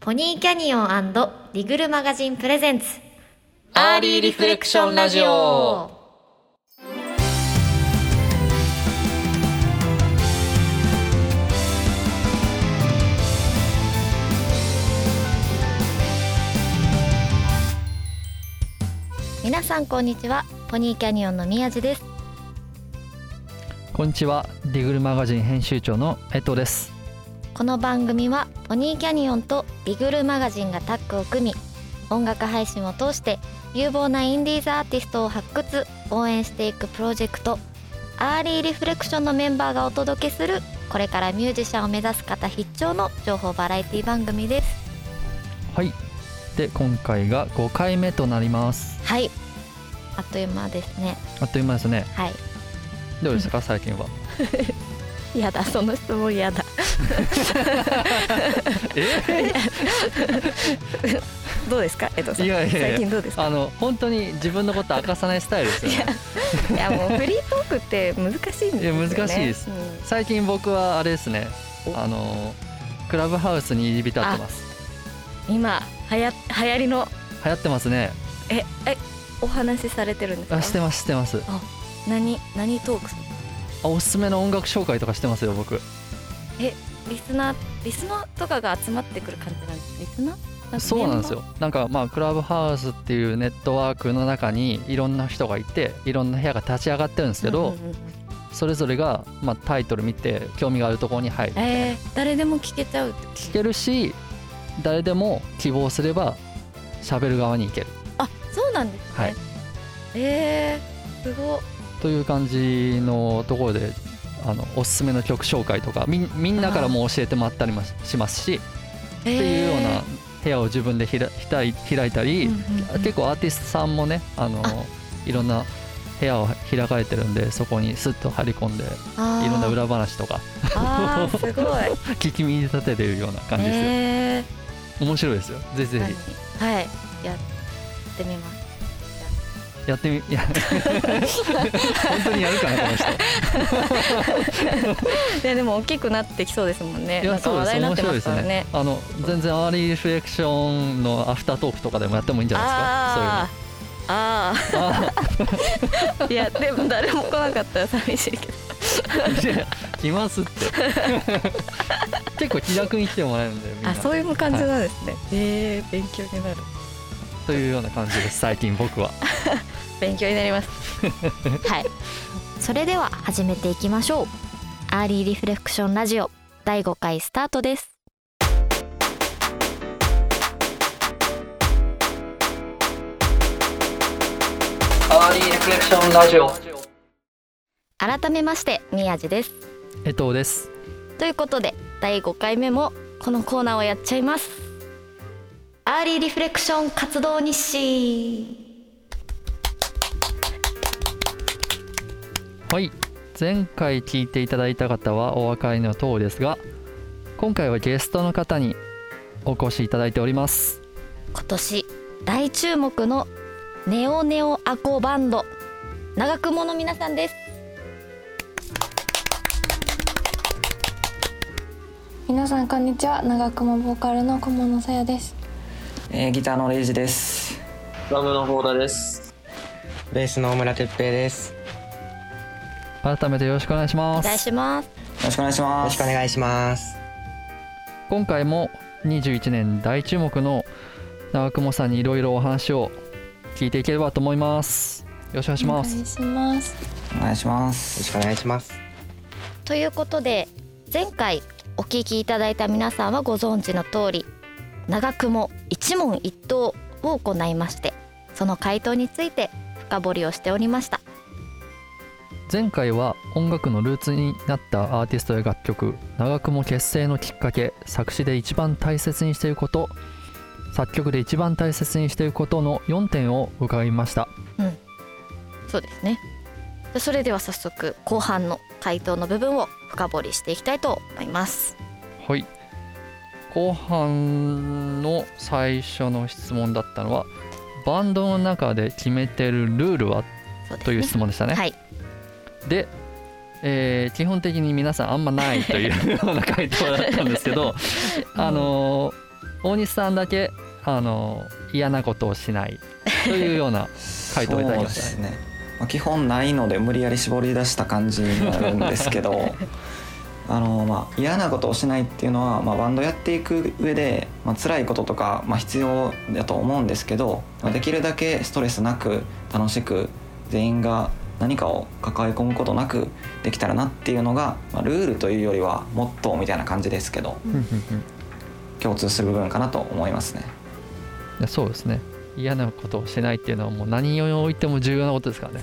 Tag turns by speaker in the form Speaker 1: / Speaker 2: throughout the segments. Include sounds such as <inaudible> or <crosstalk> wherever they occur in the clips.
Speaker 1: ポニーキャニオンリグルマガジンプレゼンツ
Speaker 2: アーリーリフレクションラジオ
Speaker 1: 皆さんこんにちはポニーキャニオンの宮地です
Speaker 2: こんにちはディグルマガジン編集長の江藤です
Speaker 1: この番組はポニーキャニオンとリグルマガジンがタッグを組み音楽配信を通して有望なインディーズアーティストを発掘応援していくプロジェクトアーリーリフレクションのメンバーがお届けするこれからミュージシャンを目指す方必聴の情報バラエティ番組です
Speaker 2: はいで今回が5回目となります
Speaker 1: はいあっという間ですね
Speaker 2: あっという間ですね
Speaker 1: はい
Speaker 2: どうでしたか
Speaker 1: <laughs>
Speaker 2: 最近は
Speaker 1: やだその質問やだ
Speaker 2: え
Speaker 1: どうですか江藤
Speaker 2: いやいやいや
Speaker 1: どうです
Speaker 2: <laughs> あの本当に自分のこと明かさないスタイルですよね
Speaker 1: いやもうフリートークって難しいんですよね
Speaker 2: いや難しいです
Speaker 1: うん
Speaker 2: 最近僕はあれですね
Speaker 1: お
Speaker 2: あのクラブハウスに入り浸ってます
Speaker 1: 今はや流行りの
Speaker 2: 流行ってますね
Speaker 1: ええお話しされてるんですか
Speaker 2: あしてますしてます
Speaker 1: 何何トーク
Speaker 2: あおすすめの音楽紹介とかしてますよ僕
Speaker 1: リスナーリスナーとかが集まってくる感じなんですリスナー
Speaker 2: そうなんです
Speaker 1: メン
Speaker 2: よなんかまあクラブハウスっていうネットワークの中にいろんな人がいていろんな部屋が立ち上がってるんです
Speaker 1: バー
Speaker 2: けど、
Speaker 1: うんうんうん
Speaker 2: それぞれが、まあ、タイトル見て興味があるところに入る
Speaker 1: えー、誰でも聞けちゃうって
Speaker 2: 聞けるし誰でも希望すれば喋る側に行ける
Speaker 1: あそうなんですね、
Speaker 2: はい
Speaker 1: えー、すごっ
Speaker 2: という感じのところであのおすすめの曲紹介とかみんみんなからも教えてもらったりもししますし、
Speaker 1: て
Speaker 2: っていうような部屋を自分でひら開い開いたり、結構アーティストさんもねあの
Speaker 1: あ
Speaker 2: いろんな部屋を開かれてるんでそこにスッと張り込んでいろんな裏話とか
Speaker 1: あー
Speaker 2: <laughs>
Speaker 1: すごい
Speaker 2: 聞き耳立ててるような感じですよ、
Speaker 1: えー
Speaker 2: 面白いですよぜひぜひ
Speaker 1: はいやってみます
Speaker 2: <laughs> やってみ <laughs> いや本当にやるかなこの人
Speaker 1: いやでも大きくなってきそうですもんね
Speaker 2: いや
Speaker 1: なんか
Speaker 2: そう
Speaker 1: 話
Speaker 2: です
Speaker 1: 題にな
Speaker 2: 面
Speaker 1: って
Speaker 2: 白い
Speaker 1: ま
Speaker 2: ですす
Speaker 1: から
Speaker 2: ね
Speaker 1: ね
Speaker 2: あの全然アーリーリフレクションのアフタートークとかでもやってもいいんじゃない
Speaker 1: あーあ
Speaker 2: ですか
Speaker 1: ーいやでも誰も来なかったら寂しいけど
Speaker 2: そういうのあーいや
Speaker 1: <laughs>
Speaker 2: いますって結構気楽に来てもらえるんでみんな
Speaker 1: あそういう感じなんですね、えー、勉強になる
Speaker 2: というような感じです最近僕は
Speaker 1: 勉強になり <laughs> ますはいそれでは始めていきましょうアーリーリフレクションラジオ第5回スタートです
Speaker 2: アーリーリフレクションラジオ
Speaker 1: 改めまして宮地です
Speaker 2: 江藤です
Speaker 1: ということで第5回目もこのコーナーをやっちゃいますアーリーリフレクション活動日誌
Speaker 2: はい前回聞いていただいた方はお分かりの通りですが今回はゲストの方にお越しいただいております
Speaker 1: 今年大注目のネオネオアコバンド長雲の皆さんです
Speaker 3: 皆さんこんにちは長雲ボーカルの小物さやです
Speaker 4: えー、ギターのレイジです。
Speaker 5: ドラムのーダです。
Speaker 6: ベースの大村哲平です。よ
Speaker 2: 改めてよろしくお願いし
Speaker 1: お
Speaker 2: ま
Speaker 1: 願い
Speaker 2: す
Speaker 1: します
Speaker 4: よろしくお願いしま
Speaker 6: ろ
Speaker 4: す。
Speaker 6: しくお願いします。
Speaker 2: 今回も21年大注目の長久保さんにいろいろお話を聞いていければと思いますよろしくお願いします
Speaker 3: お願いします
Speaker 4: お願いしま
Speaker 6: よろし
Speaker 4: す。
Speaker 6: くお願いします。
Speaker 1: ということで前回お聞きいただいた皆さんはご存知の通り長雲一問一答を行いましてその回答について深掘りをしておりました
Speaker 2: 前回は音楽のルーツになったアーティストや楽曲長雲結成のきっかけ作詞で一番大切にしていること作曲で一番大切にしていることの4点を伺いました
Speaker 1: そうですねでそれでは早速後半の回答の部分を深掘りしていきたいと思います
Speaker 2: はい後半の最初の質問だったのはバンドの中で決めてるルールは
Speaker 1: そうですね
Speaker 2: という質問でしたね
Speaker 1: はい
Speaker 2: で、えー基
Speaker 1: <laughs>
Speaker 2: 本的に皆さんあんまないというような回答だったんですけど、あのー大西さんだけあの嫌なことをしないというような回答をいただきました
Speaker 4: そうですね、まあ、基本ないので無理やり絞り出した感じになるんですけ
Speaker 2: <laughs>
Speaker 4: どあの、まあ、嫌なことをしないっていうのは、まあ、バンドやっていく上で、まあ辛いこととか、まあ、必要だと思うんですけど、まあできるだけストレスなく楽しく全員が何かを抱え込むことなくできたらなっていうのが、まあ、ルールというよりはモットーみたいな感じですけど
Speaker 2: うんうんうん
Speaker 4: 共通する部分かなと思いますね。
Speaker 2: いやそうですね嫌なことをしないっていうのはもう何においても重要なことですからね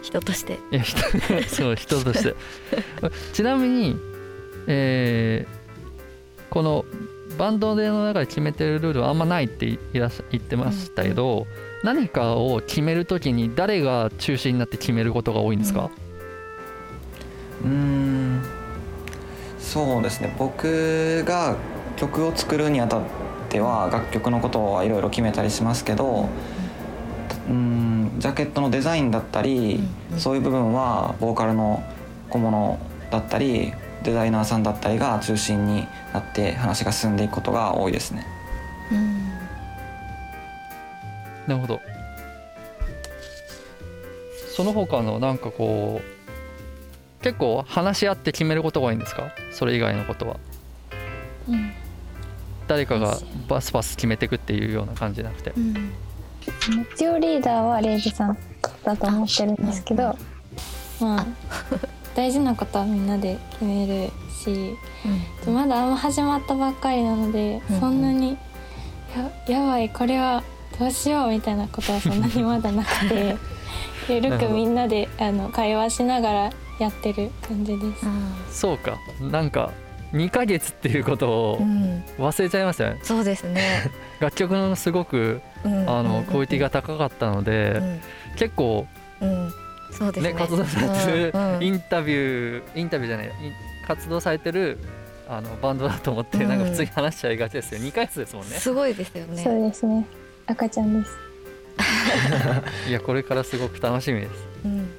Speaker 1: 人として
Speaker 2: いや人 <laughs> そう人として <laughs> ちなみに、えーこのバンドでの中で決めてるルールはあんまないっていらっしゃ言ってましたけど、何かを決めるときに誰が中心になって決めることが多いんですか、
Speaker 4: うーんそうですね僕が曲を作るにあたっては楽曲のことはいろいろ決めたりしますけどうーんジャケットのデザインだったり
Speaker 1: うんうん
Speaker 4: そういう部分はボーカルの小物だったりデザイナーさんだったりが中心になって話が進んでいくことが多いですね。
Speaker 1: うん
Speaker 2: なるほどその他のなんかこう結構話し合って決めることが多いんですかそれ以外のことは
Speaker 1: うん
Speaker 2: 誰かがバスバス決めてくっていうような感じじゃなくて
Speaker 1: うん
Speaker 3: 一応リーダーはレイジさんだと思ってるんですけどまあ大事なことはみんなで決めるしまだあんま始まったばっかりなので、
Speaker 1: うん
Speaker 3: そんなにややばいこれはどうしようみたいなことはそんなにまだなくてゆる
Speaker 2: なる
Speaker 3: く
Speaker 2: ほど
Speaker 3: みんなであの会話しながらやってる感じです。
Speaker 2: そうかなんか2ヶ月っていうことを
Speaker 1: うん
Speaker 2: 忘れちゃいましたよね
Speaker 1: そうですね
Speaker 2: 楽曲のすごく
Speaker 1: うん
Speaker 2: あのクオリティが高かったの
Speaker 1: う
Speaker 2: で
Speaker 1: ん
Speaker 2: 結構
Speaker 1: うんそうですね
Speaker 2: ね活動されて
Speaker 1: うんうん
Speaker 2: るインタビューインタビューじゃないイン活動されてるあのバンドだと思って
Speaker 1: うん
Speaker 2: なんか普通に話しちゃいがちですよ2ヶ月ですもんね
Speaker 1: すごいですよね
Speaker 3: そうですね赤ちゃんです
Speaker 2: いやこれからすごく楽しみです
Speaker 1: うん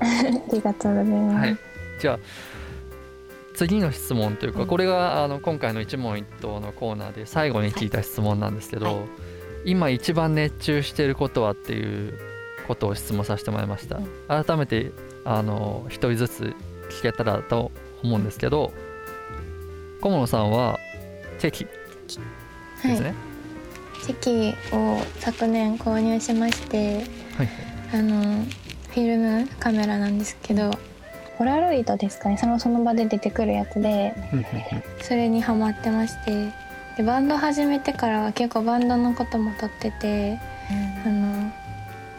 Speaker 3: ありがとうございます、
Speaker 2: はいじゃあ次の質問という
Speaker 1: う
Speaker 2: か
Speaker 1: ん
Speaker 2: これがあの今回の一問一答のコーナーで最後に聞いた質問なんですけど、
Speaker 1: はい
Speaker 2: 今一番熱中していることはっていうことを質問させてもらいました、改めてあの一人ずつ聞けたらと思うんですけど小野さんはケーキ
Speaker 3: は
Speaker 2: で
Speaker 3: い
Speaker 2: すね、
Speaker 3: チェキを昨年購入しまして
Speaker 2: はい
Speaker 3: あのフィルムカメラなんですけどポラロイドですかねそのその場で出てくるやつでそれにハマってましてでバンド始めてからは結構バンドのことも撮っててあの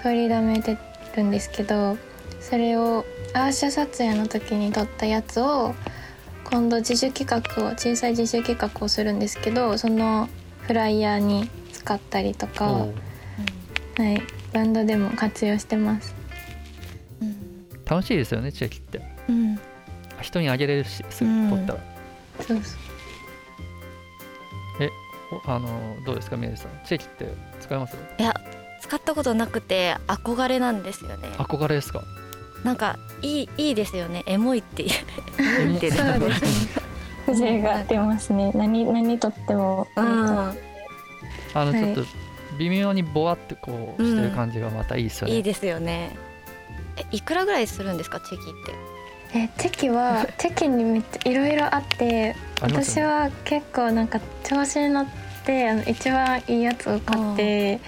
Speaker 3: 取りだめてるんですけどそれをアーシャ撮影の時に撮ったやつを今度自主企画を小さい自主企画をするんですけどそのフライヤーに使ったりとか、
Speaker 2: お
Speaker 3: は
Speaker 2: う
Speaker 3: い、バンドでも活用してます。
Speaker 1: うん
Speaker 2: 楽しいですよねチェキって
Speaker 1: うん
Speaker 2: 人にあげれるしすぐ
Speaker 1: うん
Speaker 2: 取ったら、
Speaker 3: そうそう
Speaker 2: おあのどうですか宮司さんチェキって使います
Speaker 1: 使ったことなくて憧れなんですよね
Speaker 2: 憧れですか
Speaker 1: なんかいいいいですよねエモいっていう
Speaker 2: エモ
Speaker 1: エモいっていうの
Speaker 3: そうですね。風情が出ますね。何何とっても。
Speaker 1: うん
Speaker 2: あの
Speaker 3: はい
Speaker 2: ちょっと微妙にボワってこうしてる感じがまたいいですよね。
Speaker 1: いいですよねえいくらぐらいするんですかチェキって
Speaker 3: えチェキ <laughs> はチェキにめっちゃいろいろあって、
Speaker 2: あります
Speaker 3: 私
Speaker 2: よね
Speaker 3: は結構なんか調子に乗ってあの一番いいやつを買って、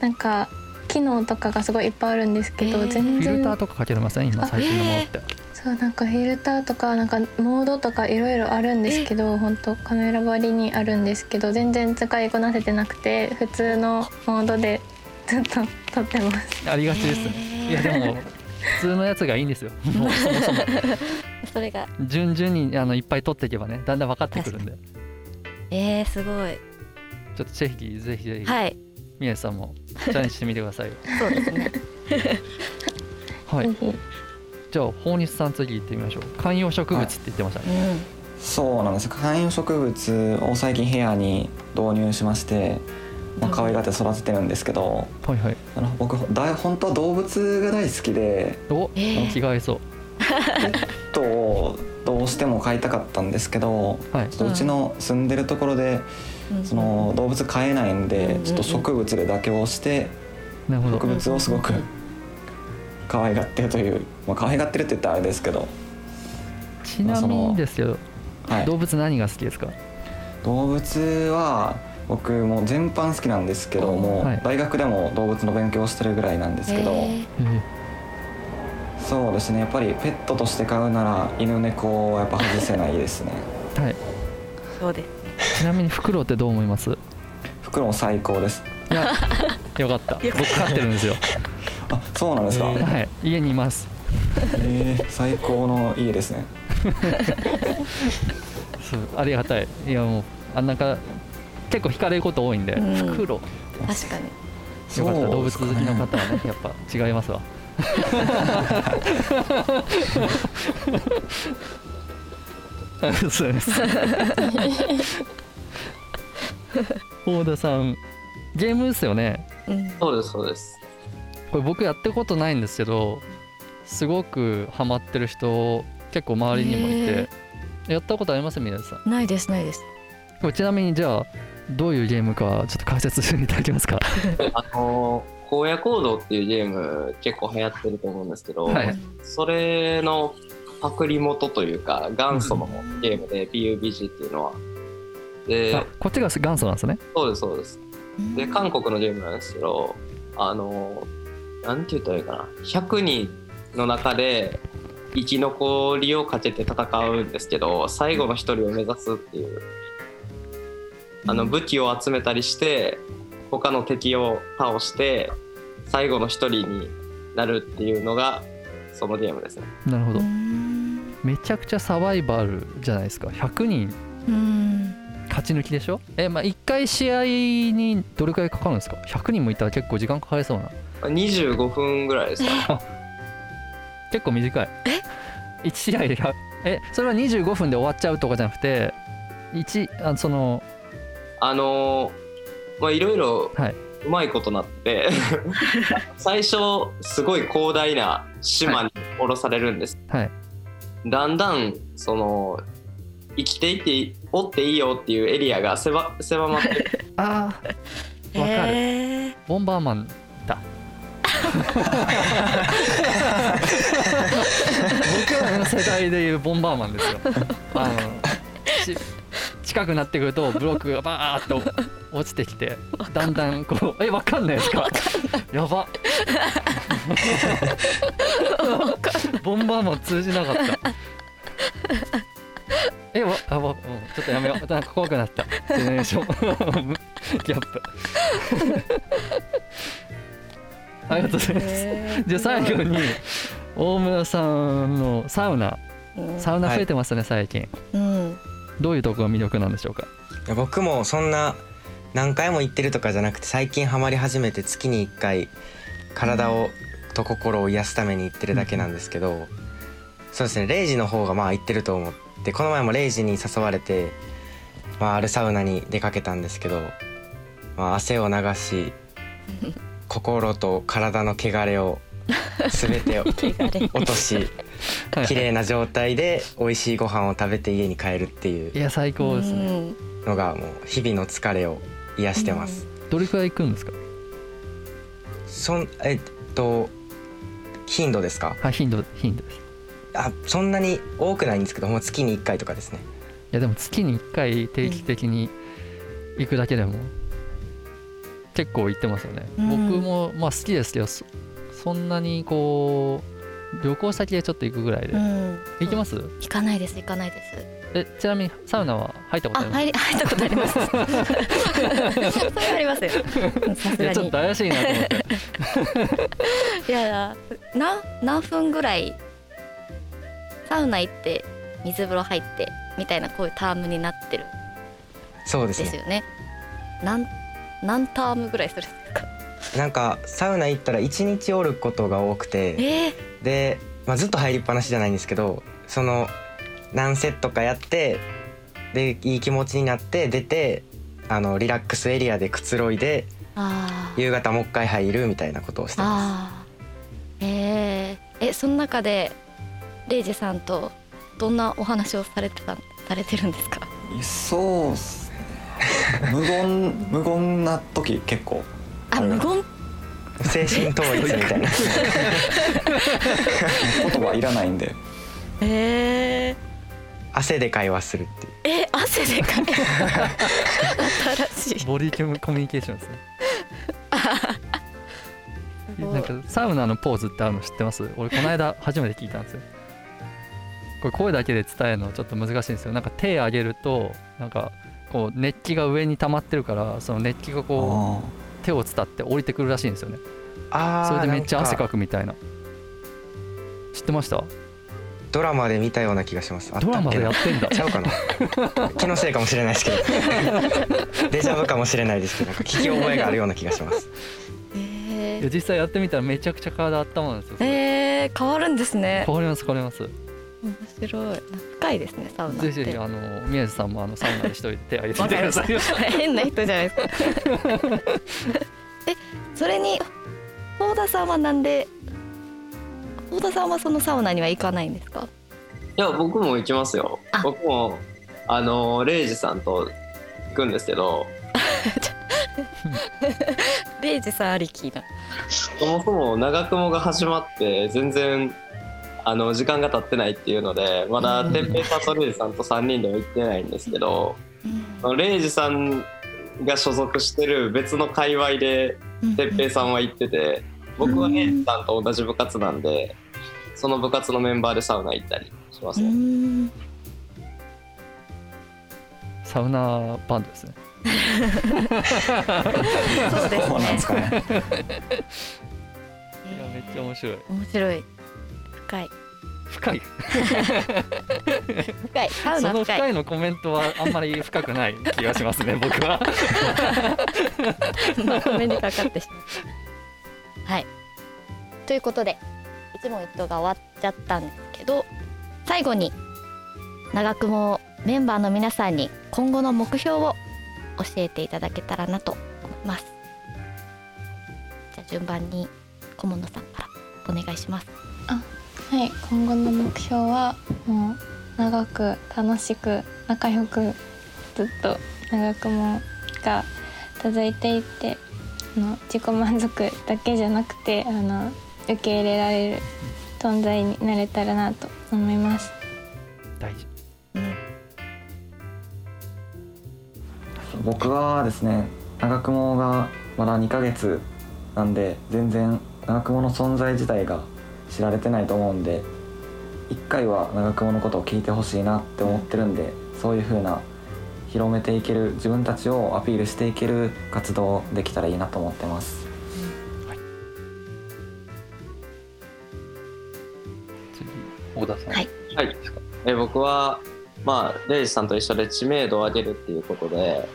Speaker 3: なんか機能とかがすごいいっぱいあるんですけど、
Speaker 1: へー
Speaker 3: 全
Speaker 2: フィルター
Speaker 3: 然
Speaker 2: とかかけれません今最新のものって。
Speaker 3: そうなんかフィルターとかなんかモードとかいろいろあるんですけど、本当カメラ張りにあるんですけど全然使いこなせてなくて普通のモードでずっと撮ってます。
Speaker 2: ありがちですよね。いやでも普通のやつがいいんですよ。もうそもそも
Speaker 1: それが
Speaker 2: 順々にあのいっぱい取っていけばねだんだん分かってくるんで。
Speaker 1: えー、すごい
Speaker 2: ちょっとチェキぜひぜひ、
Speaker 1: はい
Speaker 2: 宮司さんもチャレンジしてみてください。
Speaker 1: そうですね
Speaker 2: は
Speaker 3: ぜ
Speaker 2: い。
Speaker 3: ひ
Speaker 2: じゃあ法日さん次行ってみましょう。観葉植物って言ってましたね。
Speaker 1: う
Speaker 4: そうなんです観葉植物を最近部屋に導入しまして、まあ、可愛がって育ててるんですけど
Speaker 2: はいはい。
Speaker 4: あの僕だい本当は動物が大好きで
Speaker 2: お
Speaker 1: えー
Speaker 2: 気が合いそう。
Speaker 4: ペットをどううしても飼いたかったんですけど
Speaker 2: はい
Speaker 4: ちょっとうちの住んでるところでその動物飼えない
Speaker 1: う
Speaker 4: ん
Speaker 1: んうん
Speaker 4: で
Speaker 1: うん
Speaker 4: ちょっと植物で妥協して
Speaker 2: なるほ
Speaker 4: 植
Speaker 2: ど
Speaker 4: 物をすごく可愛がってるというまあ可愛がってるって言ったらあれですけど、
Speaker 2: ちなみにですけど、
Speaker 4: はい、
Speaker 2: 動物何が好きですか
Speaker 4: 動物は僕もう全般好きなんですけども、
Speaker 2: はい
Speaker 4: 大学でも動物の勉強をしてるぐらいなんですけど、
Speaker 1: へ
Speaker 4: そうですねやっぱりペットとして飼うなら犬猫はやっぱ外せないです
Speaker 1: <laughs>
Speaker 4: ね
Speaker 2: はい
Speaker 7: そうです
Speaker 2: ちなみにフクロウってどう思い <laughs> ます
Speaker 4: 袋も最高です
Speaker 2: いやよかった僕飼ってるんです <laughs> よ
Speaker 4: あそうなんですか、
Speaker 6: えー
Speaker 2: はい家にいます
Speaker 4: えー最高の家ですね
Speaker 2: そうありがたいいやもうあなんか結構惹かれること多いんで、
Speaker 1: うん
Speaker 2: フクロウ
Speaker 1: 確かに
Speaker 2: よかった
Speaker 4: そう
Speaker 2: 動
Speaker 4: で
Speaker 2: 物
Speaker 4: す
Speaker 2: 好
Speaker 4: か
Speaker 2: き
Speaker 4: ね
Speaker 2: の方はねやっぱ違います
Speaker 4: <laughs>
Speaker 2: わ <laughs> そう
Speaker 4: <laughs>
Speaker 2: です大田さんゲームですよね
Speaker 1: うん
Speaker 5: そうです、そ
Speaker 2: <laughs>
Speaker 5: うです。
Speaker 2: これ僕やったことないんですけどすごくハマってる人結構周りにもいて
Speaker 1: へ、
Speaker 2: やったことあります皆さん
Speaker 1: ないですないです
Speaker 2: これちなみにじゃあどういうゲームかちょっと解説していただけますか
Speaker 5: あのー、荒野行動っていうゲーム結構流行ってると思うんですけど、
Speaker 2: はい
Speaker 5: それのパクリ元というか、元祖のゲームで PUBG っていうのは。で
Speaker 2: あ、こっちが元祖なんですね
Speaker 5: そうです、そうです。で、韓国のゲームなんですけど、あのー、なんて言ったらいいかな、100人の中で、生き残りをかけて戦うんですけど最後の一人を目指すっていうあの武器を集めたりして他の敵を倒して最後の一人になるっていうのがそのゲームですね。
Speaker 2: なるほど
Speaker 1: うん
Speaker 2: めちゃくちゃサバイバルじゃないですか100人
Speaker 1: うん
Speaker 2: 勝ち抜きでしょえまあ1回試合にどれくらいかかるんですか100人もいたら結構時間かかりそうな
Speaker 5: 25分ぐらいですかね。
Speaker 2: 結構短い1試合で100えそれは25分で終わっちゃうとかじゃなくて1あその
Speaker 5: あのーまあいろいろ
Speaker 2: はいう
Speaker 5: まいこと
Speaker 2: <laughs>
Speaker 5: なって、最初すごい広大な島に降ろされるんです。
Speaker 2: はい
Speaker 5: だんだんその生きていっておっていいよっていうエリアが狭狭
Speaker 2: <laughs>
Speaker 5: まって
Speaker 2: あーわかる、
Speaker 1: へー
Speaker 2: ボンバーマンだ僕らの世代でいうボンバーマンですよあのち近くなってくるとブロックがバーッと落ちてきてだんだんこうえわかんないですかやばボンバーマン通じなかったえわあわ、うん、ちょっとやめようなんか怖くなったジェネレーション <laughs> ギャップありがとうございます。
Speaker 1: へー
Speaker 2: じゃあ最後に大村さんのサウナ、
Speaker 1: うん
Speaker 2: サウナ増えてますね最近。
Speaker 1: うん
Speaker 2: どういうとこが魅力なんでしょうか。
Speaker 6: いや僕もそんな何回も行ってるとかじゃなくて最近ハマり始めて月に1回体をと心を癒すために行ってるだけなんですけど、そうですね0時の方がまあ行ってると思ってこの前も0時に誘われて、まあ、あるサウナに出かけたんですけど、まあ、汗を流し心と体の汚れを全てを落とし
Speaker 2: はい
Speaker 6: 綺麗な状態で美味しいご飯を食べて家に帰るっていう
Speaker 2: いや最高ですね。
Speaker 6: のがもう日々の疲れを癒してます。
Speaker 2: どれくらい行くんですか。
Speaker 6: そんえっと頻度ですか？
Speaker 2: はい頻度頻度です。い
Speaker 6: あそんなに多くないんですけど、もう月に一回とかですね。
Speaker 2: やでも月に1回定期的に行くだけでも結構行ってますよね。
Speaker 1: うん
Speaker 2: 僕もまあ好きですけどそそんなにこう旅行先でちょっと行くぐらいで、
Speaker 1: うん
Speaker 2: 行きます。
Speaker 1: 行かないです行かないです
Speaker 2: えちなみにサウナは入ったこと
Speaker 1: あ
Speaker 2: あり
Speaker 1: 入り
Speaker 2: ます。
Speaker 1: <laughs> 入ったことありますそれはありますよさす
Speaker 2: い
Speaker 1: が
Speaker 2: やちょっ
Speaker 1: に
Speaker 2: と怪しいなと思って。
Speaker 1: いやいやな何分ぐらいサウナ行って水風呂入ってみたいなこういうタームになってるん
Speaker 6: そうです
Speaker 1: で
Speaker 6: ね。
Speaker 1: すよね。なん何タームぐらいするんですか。
Speaker 6: なんかサウナ行ったら一日おることが多くて、
Speaker 1: えー、
Speaker 6: で、まあ、ずっと入りっぱなしじゃないんですけど、その何セットかやって、でいい気持ちになって出て、あのリラックスエリアでくつろいで
Speaker 1: あー
Speaker 6: 夕方もう一回入るみたいなことをしてま
Speaker 1: あ
Speaker 6: す。
Speaker 1: ーえー、えその中でレイジさんとどんなお話をされてたされてるんですか
Speaker 4: そうっすね無言無言な時結構
Speaker 1: あ
Speaker 4: あれ
Speaker 1: 無
Speaker 4: は
Speaker 1: 言
Speaker 6: 精神統一みた <laughs> いな
Speaker 4: 言葉いらないんで
Speaker 1: え
Speaker 6: 汗で会話するっていう
Speaker 1: ー、え汗でかい新しい
Speaker 2: ボディコミュニケーションで
Speaker 1: <laughs>
Speaker 2: すね
Speaker 1: すごい
Speaker 2: なんかサウナのポーズってあるの知ってます俺この間初めて聞いたんですよこれ声だけで伝えるのちょっと難しいんですよなんか手上げるとなんかこう熱気が上に溜まってるからその熱気がこ
Speaker 4: あ
Speaker 2: う手を伝って降りてくるらしいんですよね
Speaker 6: あー
Speaker 2: それでめっちゃ汗
Speaker 6: なん
Speaker 2: かくみたいな知ってました
Speaker 6: ドラマで見たような気がしますあったっ
Speaker 2: ド
Speaker 6: け
Speaker 2: ラ
Speaker 6: な
Speaker 2: マでやってんだ
Speaker 6: ちゃうかな気のせいかもしれないです
Speaker 2: <laughs>
Speaker 6: けどデジャブかもしれないですけどなんか聞き覚えがあるような気がします
Speaker 1: え
Speaker 2: いや実際やってみたらめちゃくちゃ体温まるんですよ
Speaker 1: ー、えー、変わるんですね
Speaker 2: 変わります変わります
Speaker 1: 面白い深いですねサウナって
Speaker 2: ぜひぜひあの宮地さんもあのサウナで一人手挙げてみ
Speaker 1: わ
Speaker 2: て
Speaker 1: か
Speaker 2: く
Speaker 1: りま
Speaker 2: だ
Speaker 1: した
Speaker 2: さいよ
Speaker 1: 変な人じゃないです <laughs> かえそれに大田さんはなんで大田さんはそのサウナには行かないんですか
Speaker 5: いや僕も行きますよ
Speaker 1: あ
Speaker 5: 僕もあのレイジさんと行くんですけど
Speaker 1: レイジさんありきな
Speaker 5: そもそも長雲が始まって全然あの時間が経ってないっていうのでまだ
Speaker 1: うん
Speaker 5: てっぺいさんとレイジさんと3人では行ってないんですけどそのレイジさんが所属してる別の界隈でてっぺいさんは行ってて僕はレイジさんと同じ部活なんでその部活のメンバーでサウナ行ったりしますね。
Speaker 1: ん
Speaker 2: サウナバンドですね
Speaker 1: そうです
Speaker 4: そうなん
Speaker 1: ね
Speaker 4: ですかね
Speaker 2: いやめっちゃ面白い
Speaker 1: 面白い深い
Speaker 2: 深い
Speaker 1: 深いサウ
Speaker 2: そ
Speaker 1: ナ
Speaker 2: の
Speaker 1: 深い
Speaker 2: 深いのコメントはあんまり深くない気がします
Speaker 1: <laughs>
Speaker 2: ね僕は
Speaker 1: まとめにかかってしまう。はい。ということで一問一答が終わっちゃったんですけど最後に長雲をメンバーの皆さんに今後の目標を教えていただけたらなと思います。じゃあ順番に小物さんからお願いします。
Speaker 3: はい今後の目標はもう長く楽しく仲良くずっと長くもが続いていってあの自己満足だけじゃなくてあの受け入れられる存在になれたらなと思います。
Speaker 2: 大事
Speaker 4: 僕はですね長雲がまだ2ヶ月なんで全然長雲の存在自体が知られてないと思うんで一回は長雲のことを聞いてほしいなって思ってるんでそういう風な広めていける自分たちをアピールしていける活動できたらいいなと思ってます
Speaker 2: 次小田さん、
Speaker 1: はい
Speaker 5: はい、え僕は、まあ、レイジさんと一緒で知名度を上げるっていうことで、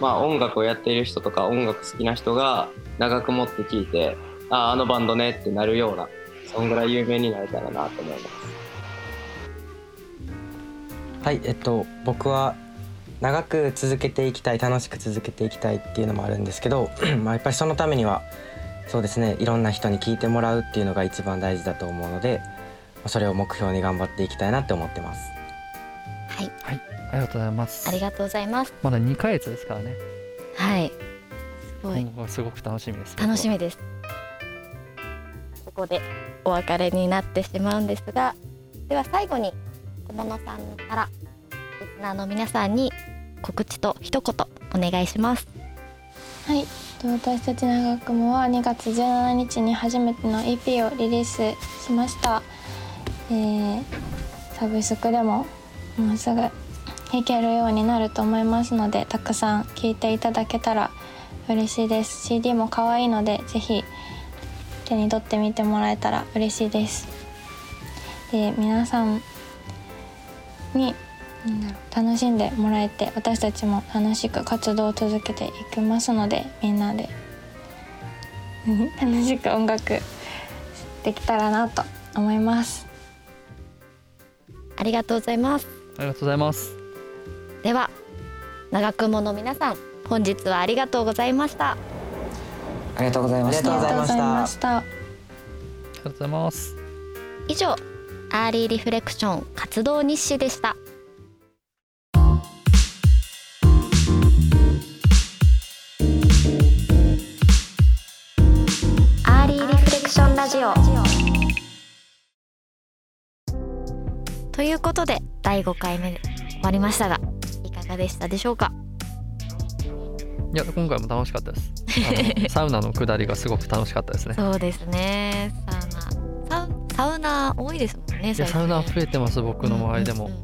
Speaker 5: まあ、音楽をやっている人とか音楽好きな人が長く持って聴いてああのバンドねってなるようなそんぐらい有名になれたらなと思います。
Speaker 6: はいえっと僕は長く続けていきたい楽しく続けていきたいっていうのもあるんですけど <clears throat> まあやっぱりそのためにはそうですねいろんな人に聞いてもらうっていうのが一番大事だと思うのでまあそれを目標に頑張っていきたいなって思ってます
Speaker 1: はい、
Speaker 2: ありがとうございます
Speaker 1: ありがとうございます。
Speaker 2: まだ2ヶ月ですからね
Speaker 1: はい。すごい。
Speaker 2: 今後がすごく楽しみです
Speaker 1: 楽し
Speaker 2: み
Speaker 1: みですここでお別れになってしまうんですがでは最後に小物さんからリスナーの皆さんに告知と一言お願いします
Speaker 3: はい、えっと私たち長くもは2月17日に初めての EP をリリースしました、えーサブスクでももうすぐ弾けるようになると思いますのでたくさん聴いていただけたら嬉しいです CD も可愛いのでぜひ手に取ってみてもらえたら嬉しいですで皆さんになんだろう楽しんでもらえて私たちも楽しく活動を続けていきますのでみんなで <laughs> うん楽しく音楽できたらなと思います。
Speaker 1: ありがとうございます
Speaker 2: ありがとうございます
Speaker 1: では長雲の皆さん本日はありがとうございました
Speaker 4: ありがとうございまし
Speaker 6: ありがとうございました
Speaker 3: ありがとうございました。
Speaker 2: ありがとうございます
Speaker 1: 以上アーリーリフレクション活動日誌でしたアーリーリフレクションラジオということで第5回目終わりましたがいかがでしたでしょうか
Speaker 2: いや今回も楽しかっ
Speaker 1: <laughs>
Speaker 2: たですあのサウナの下りがすごく楽しかったですね
Speaker 1: そうですねサウナサウサウナ多いですもんね
Speaker 2: いや
Speaker 1: 最近
Speaker 2: サウナ増えてます僕の周りで
Speaker 1: うん
Speaker 2: も
Speaker 1: うんうん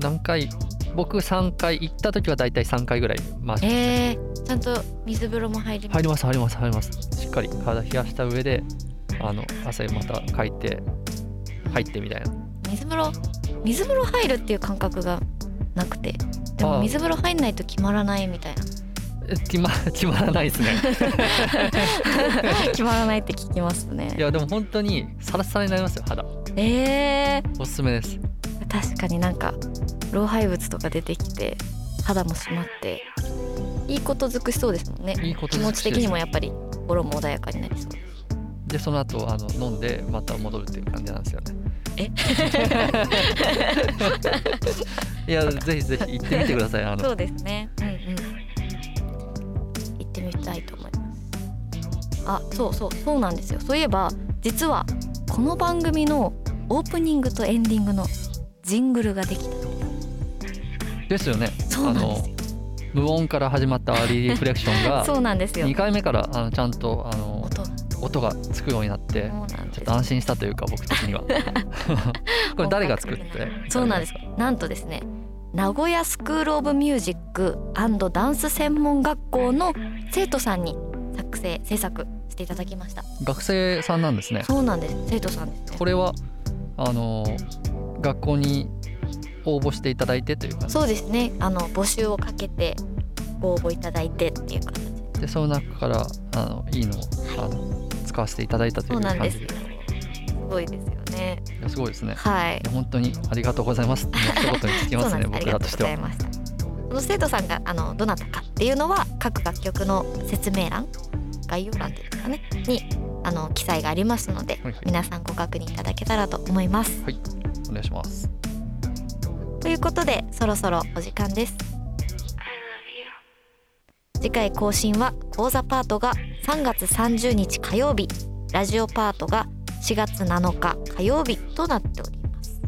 Speaker 2: 何回僕3回行った時は大体3回ぐらい回って
Speaker 1: えー、ちゃんと水風呂も入ります
Speaker 2: 入ります入ります入りますしっかり体冷やした上であの汗またかいて入ってみたいな
Speaker 1: 水風呂水風呂入るっていう感覚がなくてで
Speaker 2: あ
Speaker 1: も
Speaker 2: あ
Speaker 1: 水風呂入んないと決まらないみたいな
Speaker 2: え決ま決まらないですね
Speaker 1: <laughs> 決まらないって聞きます
Speaker 2: い
Speaker 1: ね
Speaker 2: やでも本当にサラッサラになりますよ肌
Speaker 1: え
Speaker 2: おすすめです
Speaker 1: ー、確かになんか老廃物とか出てきて肌も締まっていいこと尽くしそうですもんね
Speaker 2: いいこと
Speaker 1: 気
Speaker 2: 尽
Speaker 1: 持
Speaker 2: く
Speaker 1: ち
Speaker 2: しです
Speaker 1: 的にもやっぱり心も穏やかになりそう
Speaker 2: でその後あの飲んでまた戻るっていう感じなんですよね
Speaker 1: え
Speaker 2: <laughs> いやぜひぜひ行ってみてくださいあの
Speaker 1: そうですね。うんうん。行ってみたいと思います。あ、そうそうそうなんですよ。そういえば実はこの番組のオープニングとエンディングのジングルができた。
Speaker 2: ですよね
Speaker 1: そうなんですよ
Speaker 2: あの無音から始まったアーリーリフレクションが
Speaker 1: そうなんですよ
Speaker 2: 2。回目からあのちゃんとあの
Speaker 1: 音が。
Speaker 2: 音がつくようになっ
Speaker 1: そ
Speaker 2: て
Speaker 1: うなん
Speaker 2: ちょ
Speaker 1: で
Speaker 2: っ
Speaker 1: す
Speaker 2: と。安心したというか僕的
Speaker 1: <laughs>
Speaker 2: には <laughs> これ誰が作って
Speaker 1: そうなんですす。なんとですね。名古屋スクール・オブ・ミュージックダンス専門学校の生徒さんに作成制作していただきました
Speaker 2: 学生さんなんですね
Speaker 1: そうなんです生徒さんですね
Speaker 2: これはあの学校に応募していただいてという感じ
Speaker 1: そうですね。あの募集をかけてご応募いただいてっていう形。
Speaker 2: でその中からあのいいのをあの使わせていただいたとい
Speaker 1: そううなん
Speaker 2: 感
Speaker 1: です
Speaker 2: じ
Speaker 1: よ
Speaker 2: で。
Speaker 1: すごいですよね。
Speaker 2: いやすごいですね
Speaker 1: はい
Speaker 2: いや。本当にありがとうござ
Speaker 1: <laughs>
Speaker 2: いますって一言につき
Speaker 1: そう
Speaker 2: ます
Speaker 1: なんです。あり
Speaker 2: ね僕
Speaker 1: が
Speaker 2: ら
Speaker 1: と
Speaker 2: と
Speaker 1: う
Speaker 2: し
Speaker 1: ご
Speaker 2: て
Speaker 1: ざい
Speaker 2: は
Speaker 1: ました。その生徒さんがあのどなたかっていうのは各楽曲の説明欄概要欄っていうんですかねにあの記載がありますので
Speaker 2: はいはい
Speaker 1: 皆さんご確認いただけたらと思います。
Speaker 2: お願いします
Speaker 1: ということでそろそろお時間です次回更新は講座パートが3月30日火曜日ラジオパートが4月7日火曜日となっております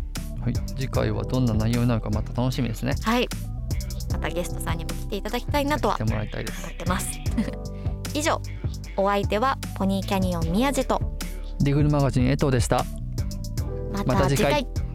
Speaker 2: はい次回はどんな内容になるかまた楽しみですね
Speaker 1: はいまたゲストさんにも来ていただきたいなとは
Speaker 2: 来てもらいたいです
Speaker 1: 思ってます <laughs> 以上お相手はポニーキャニオン宮地と
Speaker 2: ディグルマガジン江藤でした
Speaker 1: ま
Speaker 2: ま
Speaker 1: た
Speaker 2: た
Speaker 1: 次
Speaker 2: 次
Speaker 1: 回
Speaker 2: 回